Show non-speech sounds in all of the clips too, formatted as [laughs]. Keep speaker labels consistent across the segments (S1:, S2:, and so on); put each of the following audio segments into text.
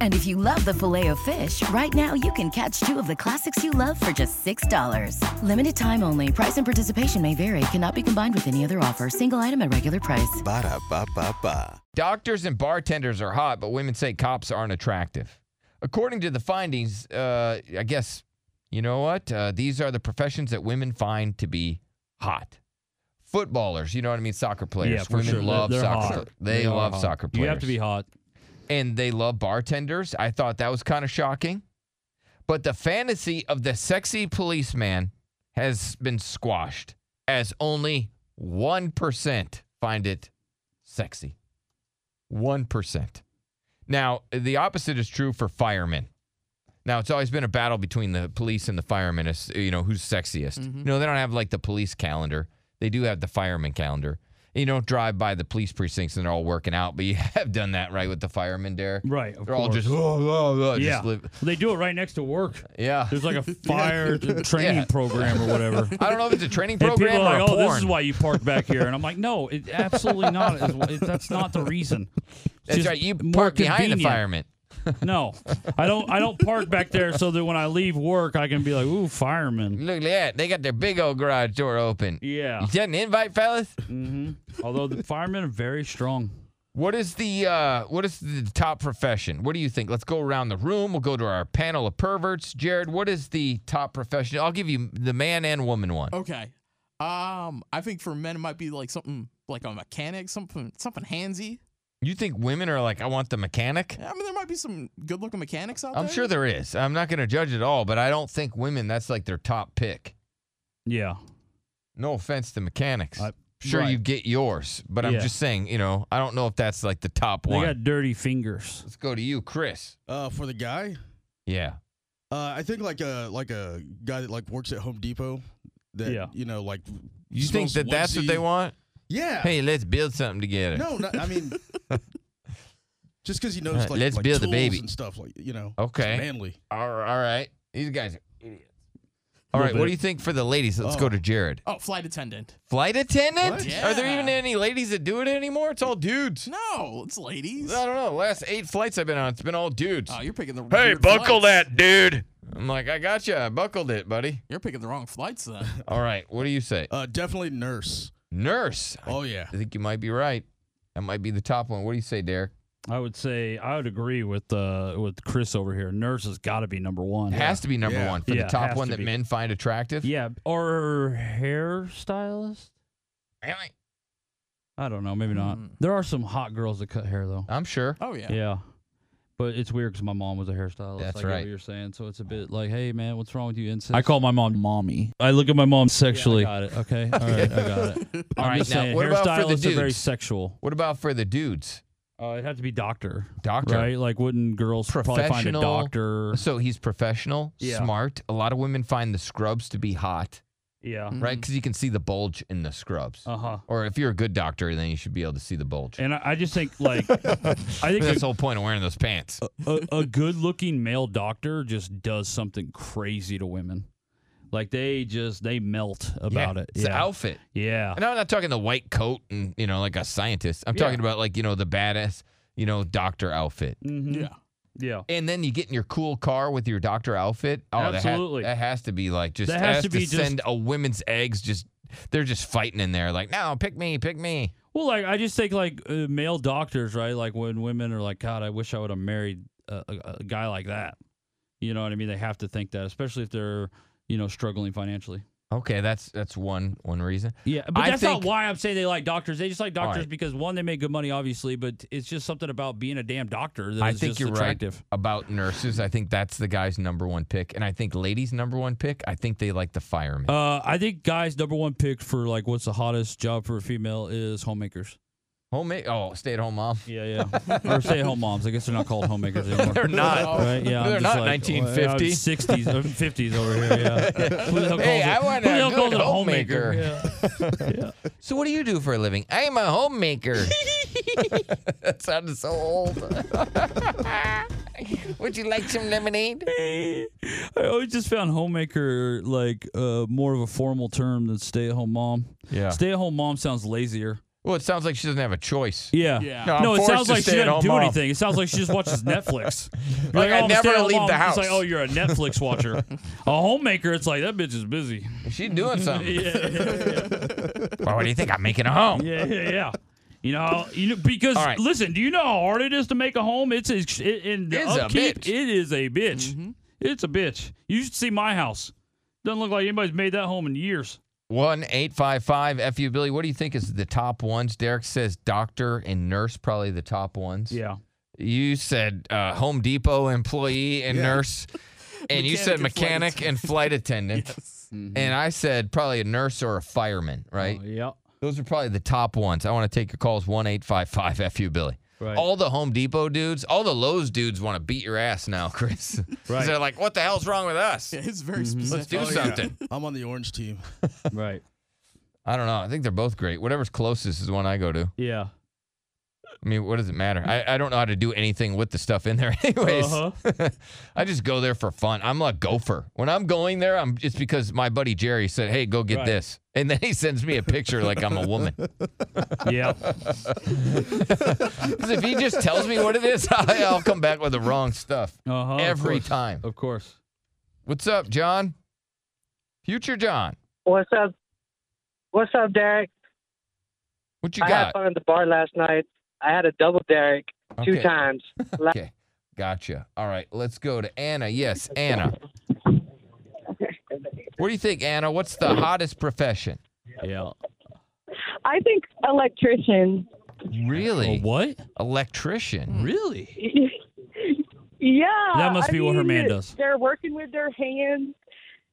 S1: And if you love the filet of fish, right now you can catch two of the classics you love for just $6. Limited time only. Price and participation may vary. Cannot be combined with any other offer. Single item at regular price.
S2: Ba-da-ba-ba-ba.
S3: Doctors and bartenders are hot, but women say cops aren't attractive. According to the findings, uh, I guess, you know what? Uh, these are the professions that women find to be hot. Footballers, you know what I mean? Soccer players.
S4: Yeah, for
S3: women
S4: sure.
S3: love
S4: They're- they're
S3: soccer.
S4: hot.
S3: They,
S4: are
S3: love
S4: hot.
S3: soccer players.
S4: You have to be hot.
S3: and they love bartenders. I thought that was kind of shocking. But the fantasy of the sexy policeman has been squashed as only 1% find it sexy. 1%. Now, the opposite is true for firemen. Now, it's always been a battle between the police and the firemen as you know, who's sexiest.
S4: Mm-hmm.
S3: You know, they don't have like the police calendar. They do have the fireman calendar. And you don't drive by the police precincts and they're all working out, but you [laughs] have done that, right, with the firemen, Derek?
S4: Right, of
S3: they're all
S4: course.
S3: just, oh, oh, oh, just [laughs]
S4: yeah.
S3: live-
S4: They do it right next to work.
S3: yeah.
S4: There's
S3: [laughs]
S4: like a fire training
S3: Yeah.
S4: program or
S3: [laughs]
S4: whatever.
S3: I don't know if it's a training
S4: And
S3: program
S4: [laughs] people are like,
S3: or a
S4: "Oh,
S3: porn.
S4: this is why you parked back here," and I'm like, "No, it, absolutely not. It's- it- that's not the reason. It's
S3: That's
S4: just
S3: right. You
S4: more
S3: park behind the
S4: convenient.
S3: fireman.
S4: [laughs] No, I don't. I don't park back there so that when I leave work, I can be like, "Ooh, fireman."
S3: Look at that. They got their big old garage door open.
S4: Yeah.
S3: You got an invite, fellas?
S4: Although the firemen are very strong.
S3: What is the uh, what is the top profession? What do you think? Let's go around the room. We'll go to our panel of perverts. Jared, what is the top profession? I'll give you the man and woman one.
S5: Okay. Um, I think for men it might be like something like a mechanic, something something handsy.
S3: You think women are like, I want the mechanic?
S5: I mean, there might be some good-looking mechanics out there.
S3: I'm sure there is. I'm not going to judge at all, but I don't think women that's like their top pick.
S4: Yeah.
S3: No offense to mechanics.
S4: I-
S3: sure,
S4: right.
S3: you get yours, but I'm
S4: Yeah.
S3: just saying, you know, I don't know if that's like the top
S4: They
S3: one.
S4: got dirty fingers.
S3: Let's go to you, Chris.
S6: Uh, for the guy,
S3: Yeah.
S6: uh, I think like a like a guy that like works at Home Depot. That
S4: Yeah.
S6: you know, like
S3: You think
S6: smells
S3: that that's what
S6: onesie.
S3: they want?
S6: Yeah.
S3: Hey, let's build something together.
S6: No, not,
S3: [laughs]
S6: I mean, just because he knows
S3: Alright,
S6: like
S3: let's
S6: like
S3: build a
S6: tools
S3: baby.
S6: and stuff like you know.
S3: Okay.
S6: it's manly.
S3: All right. all right. These guys are idiots. All right.
S4: Little
S3: What
S4: bit.
S3: do you think for the ladies? Let's
S6: Oh.
S3: go to Jared.
S5: Oh, flight attendant.
S3: Flight attendant?
S6: What?
S3: Are there even
S5: Yeah.
S3: any ladies that do it anymore? It's all dudes.
S5: No, it's ladies.
S3: I don't know. Last eight flights I've been on, it's been all dudes.
S5: Oh, you're picking the
S3: hey,
S5: weird
S3: buckle
S5: flights.
S3: that, dude. I'm like, I got you. I buckled it, buddy.
S5: You're picking the wrong flights then.
S3: All right. What do you say?
S6: Uh, definitely nurse.
S3: Nurse.
S6: Oh yeah.
S3: I think you might be right. That might be the top one. What do you say, Derek?
S4: I would say I would agree with uh with Chris over here. Nurse has got to be number one.
S3: It has to be number
S6: Yeah.
S3: one for
S4: Yeah,
S3: the
S4: it
S3: top
S4: has
S3: one
S4: to
S3: that
S4: be.
S3: men find attractive.
S4: Yeah, or hairstylist.
S3: Really?
S4: I don't know, maybe not.
S5: Mm.
S4: There are some hot girls that cut hair though.
S3: I'm sure.
S5: Oh yeah.
S3: [laughs]
S4: Yeah. But it's weird because my mom was a hairstylist.
S3: That's
S4: I get
S3: right.
S4: what you're saying. So it's a bit like, hey, man, what's wrong with you? Incest? I call my mom mommy. I look at my mom sexually. got
S3: [laughs]
S4: it. Okay. All right. I got it.
S3: All right,
S4: just
S3: now,
S4: saying,
S3: what about for the
S4: hairstylists are very
S3: dudes?
S4: sexual.
S3: What about for the dudes?
S4: Uh, it'd have to be doctor.
S3: Doctor.
S4: Right? Like, wouldn't girls probably find a
S3: Professional.
S4: doctor?
S3: So he's professional,
S4: Yeah.
S3: smart. A lot of women find the scrubs to be hot,
S4: Yeah.
S6: Mm-hmm.
S3: right? Because you can see the bulge in the scrubs.
S4: Uh huh.
S3: Or if you're a good doctor, then you should be able to see the bulge.
S4: And I, I just think, like, I think
S3: That's
S4: a,
S3: the whole point of wearing those pants.
S4: a, a good looking male doctor just does something crazy to women. Like, they just, they melt about
S3: Yeah.
S4: it.
S3: It's the
S4: yeah.
S3: outfit.
S4: Yeah.
S3: And I'm not talking the white coat and you know like a scientist. I'm
S4: Yeah.
S3: talking about like you know the badass you know doctor outfit.
S4: Mm-hmm.
S5: Yeah.
S4: Yeah.
S3: And then you get in your cool car with your doctor outfit. Oh, that ha-
S4: Absolutely.
S3: That, has to be like just
S4: That
S3: has, to, be
S4: just-
S3: send a women's eggs. Just they're just fighting in there. Like no, pick me, pick me.
S4: Well, like I just think like uh, male doctors, right? Like when women are like, God, I wish I would have married a, a, a guy like that. You know what I mean? They have to think that, especially if they're you know struggling financially.
S3: Okay, that's that's one one reason.
S4: Yeah, but
S3: I
S4: that's
S3: think-
S4: not why I'm saying they like doctors. They just like
S3: All
S4: doctors
S3: right.
S4: because one, they make good money, obviously, but it's just something about being a damn doctor that
S3: I
S4: is
S3: think
S4: just
S3: you're
S4: attractive.
S3: right about nurses. I think that's the guy's number one pick, and I think ladies' number one pick. I think they like the firemen.
S4: Uh, I think guys' number one pick for like what's the hottest job for a female is homemakers.
S3: Homemade. Oh, stay at home mom.
S4: Yeah, yeah. [laughs] or stay at home moms. I guess they're not called homemakers anymore.
S3: They're not.
S4: Right? Yeah.
S3: They're
S4: I'm just
S3: not
S4: like,
S3: 1950.
S4: well, I'm 60s, I'm 50s over here.
S3: [laughs]
S4: Yeah. Who the hell
S3: Hey,
S4: calls
S3: I
S4: it-
S3: want
S4: who the
S3: a
S4: hell
S3: good
S4: calls it
S3: homemaker.
S4: Yeah. [laughs]
S3: So what do you do for a living? I'm a homemaker. that sounded so old. Would you like some lemonade?
S4: I always just found homemaker like uh, more of a formal term than stay at home mom.
S3: Yeah.
S4: Stay at home mom sounds lazier.
S3: Well, it sounds like she doesn't have a choice.
S4: Yeah.
S5: Yeah.
S3: No, I'm
S4: No, it
S3: forced
S4: sounds
S3: to
S4: like she
S3: stay at
S4: doesn't
S3: home
S4: do
S3: mom.
S4: anything. It sounds like she
S3: [laughs]
S4: just watches Netflix. You're
S3: Like, I
S4: I'm a
S3: never
S4: stay-at-home
S3: leave the
S4: mom.
S3: house.
S4: It's like, oh, you're a
S3: [laughs]
S4: Netflix watcher. a homemaker, it's like that bitch is busy.
S3: She's doing something.
S4: [laughs] Yeah, yeah,
S3: Well, what do you think? I'm making a home.
S4: yeah,
S3: [laughs]
S4: yeah. yeah. You know, you know, because
S3: All right.
S4: listen, do you know how hard it is to make a home? It's ex- it, in the
S3: It's a
S4: upkeep.
S3: bitch. Mm-hmm.
S4: It is a bitch. It's a bitch. You should see my house. Doesn't look like anybody's made that home in years.
S3: One eight five five fu Billy. What do you think is the top ones? Derek says doctor and nurse probably the top ones.
S4: Yeah.
S3: You said uh, Home Depot employee and nurse, and you
S5: Mechanic
S3: said
S5: and flight
S3: mechanic and flight attendant, and I said probably a nurse or a fireman. Right.
S4: Oh, yeah.
S3: Those are probably the top ones. I want to take your calls one eight five five fu Billy.
S4: Right.
S3: All the Home Depot dudes, all the Lowe's dudes want to beat your ass now, Chris. [laughs] 'Cause
S4: Right.
S3: They're like, what the hell's wrong with us?
S5: Yeah, it's very specific.
S3: Let's do
S6: Oh, yeah.
S3: something.
S6: I'm on the orange team.
S4: Right.
S3: I don't know. I think they're both great. Whatever's closest is the one I go to.
S4: Yeah.
S3: I mean, what does it matter? I, I don't know how to do anything with the stuff in there, [laughs] anyways.
S4: Uh-huh.
S3: I just go there for fun. I'm a gopher. When I'm going there, I'm it's because my buddy Jerry said, "Hey, go get
S4: Right.
S3: this," and then he sends me a picture like
S4: [laughs]
S3: I'm a woman.
S4: Yeah.
S3: 'Cause if he just tells me what it is, [laughs] I, I'll come back with the wrong stuff
S4: Uh-huh, of
S3: every
S4: course.
S3: time.
S4: Of course.
S3: What's up, John? Future John,
S7: What's up? What's up, Derek?
S3: what you
S7: I had
S3: got?
S7: fun at the bar last night. I had a double Derek two
S3: Okay.
S7: times. La-
S3: Okay, gotcha. All right, let's go to Anna. Yes, Anna. What do you think, Anna? What's the hottest profession?
S4: Yeah.
S8: I think electrician.
S3: Really? Mm-hmm.
S4: A what?
S3: Electrician.
S4: Really?
S8: [laughs] yeah.
S4: That must
S8: I
S4: be what her
S8: mean,
S4: man does.
S8: They're working with their hands.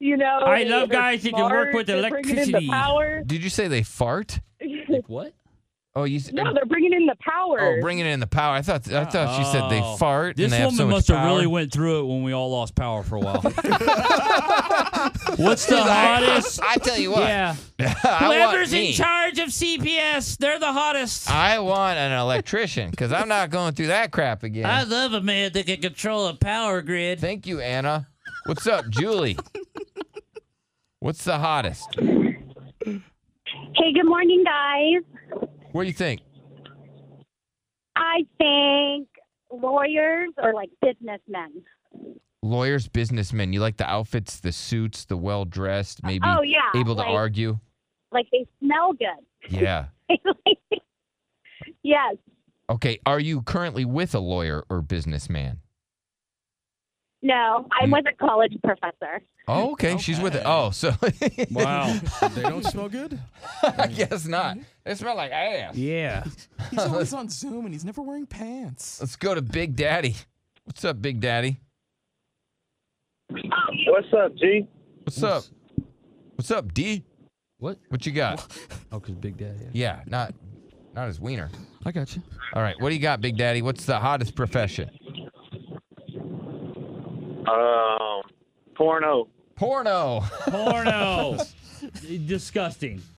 S8: You know,
S4: I love
S8: they're
S4: guys that can work
S8: smart,
S4: with
S8: they're Bringing in
S4: electricity.
S8: the power.
S3: Did you say they fart?
S4: Like what?
S3: Oh, you. s-
S8: No, they're bringing in the power.
S3: oh, bringing in the power. I thought. I thought she said they
S4: Oh.
S3: fart.
S4: This
S3: and they have
S4: woman
S3: so much
S4: must have
S3: power.
S4: really went through it when we all lost power for
S3: [laughs]
S4: a while. What's the hottest?
S3: [laughs] I tell you what.
S4: Yeah.
S3: I want
S4: Whoever's in
S3: me.
S4: charge of CPS, they're the hottest. I,
S3: I want an electrician because I'm not going through that crap again.
S4: love a man that can control a power grid.
S3: Thank you, Anna. What's up,
S4: [laughs]
S3: Julie? What's the hottest?
S9: Hey, good morning, guys.
S3: What do you think?
S9: I think lawyers or like businessmen.
S3: Lawyers, businessmen. You like the outfits, the suits, the well dressed, maybe
S9: Oh, yeah,
S3: able to
S9: like-
S3: argue.
S9: Like they smell good. [laughs]
S3: Yeah. [laughs]
S9: yes.
S3: Okay. Are you currently with a lawyer or businessman?
S9: No,
S4: Hmm.
S9: I was a college professor.
S3: Oh, okay. She's with it. Oh, so [laughs]
S4: Wow.
S6: They don't smell good.
S3: I guess not. They smell like ass.
S4: [laughs] yeah.
S5: He's always on Zoom and he's never wearing pants.
S3: Let's go to Big Daddy. What's up, Big Daddy?
S10: What's up, G?
S3: What's up? What's up, D?
S4: What?
S3: What you got?
S4: Oh, because Big Daddy.
S3: Yeah, not not his wiener.
S4: I got you.
S3: All right, what do you got, Big Daddy? What's the hottest profession?
S10: Um, porno.
S3: Porno.
S4: Porno. [laughs] Disgusting.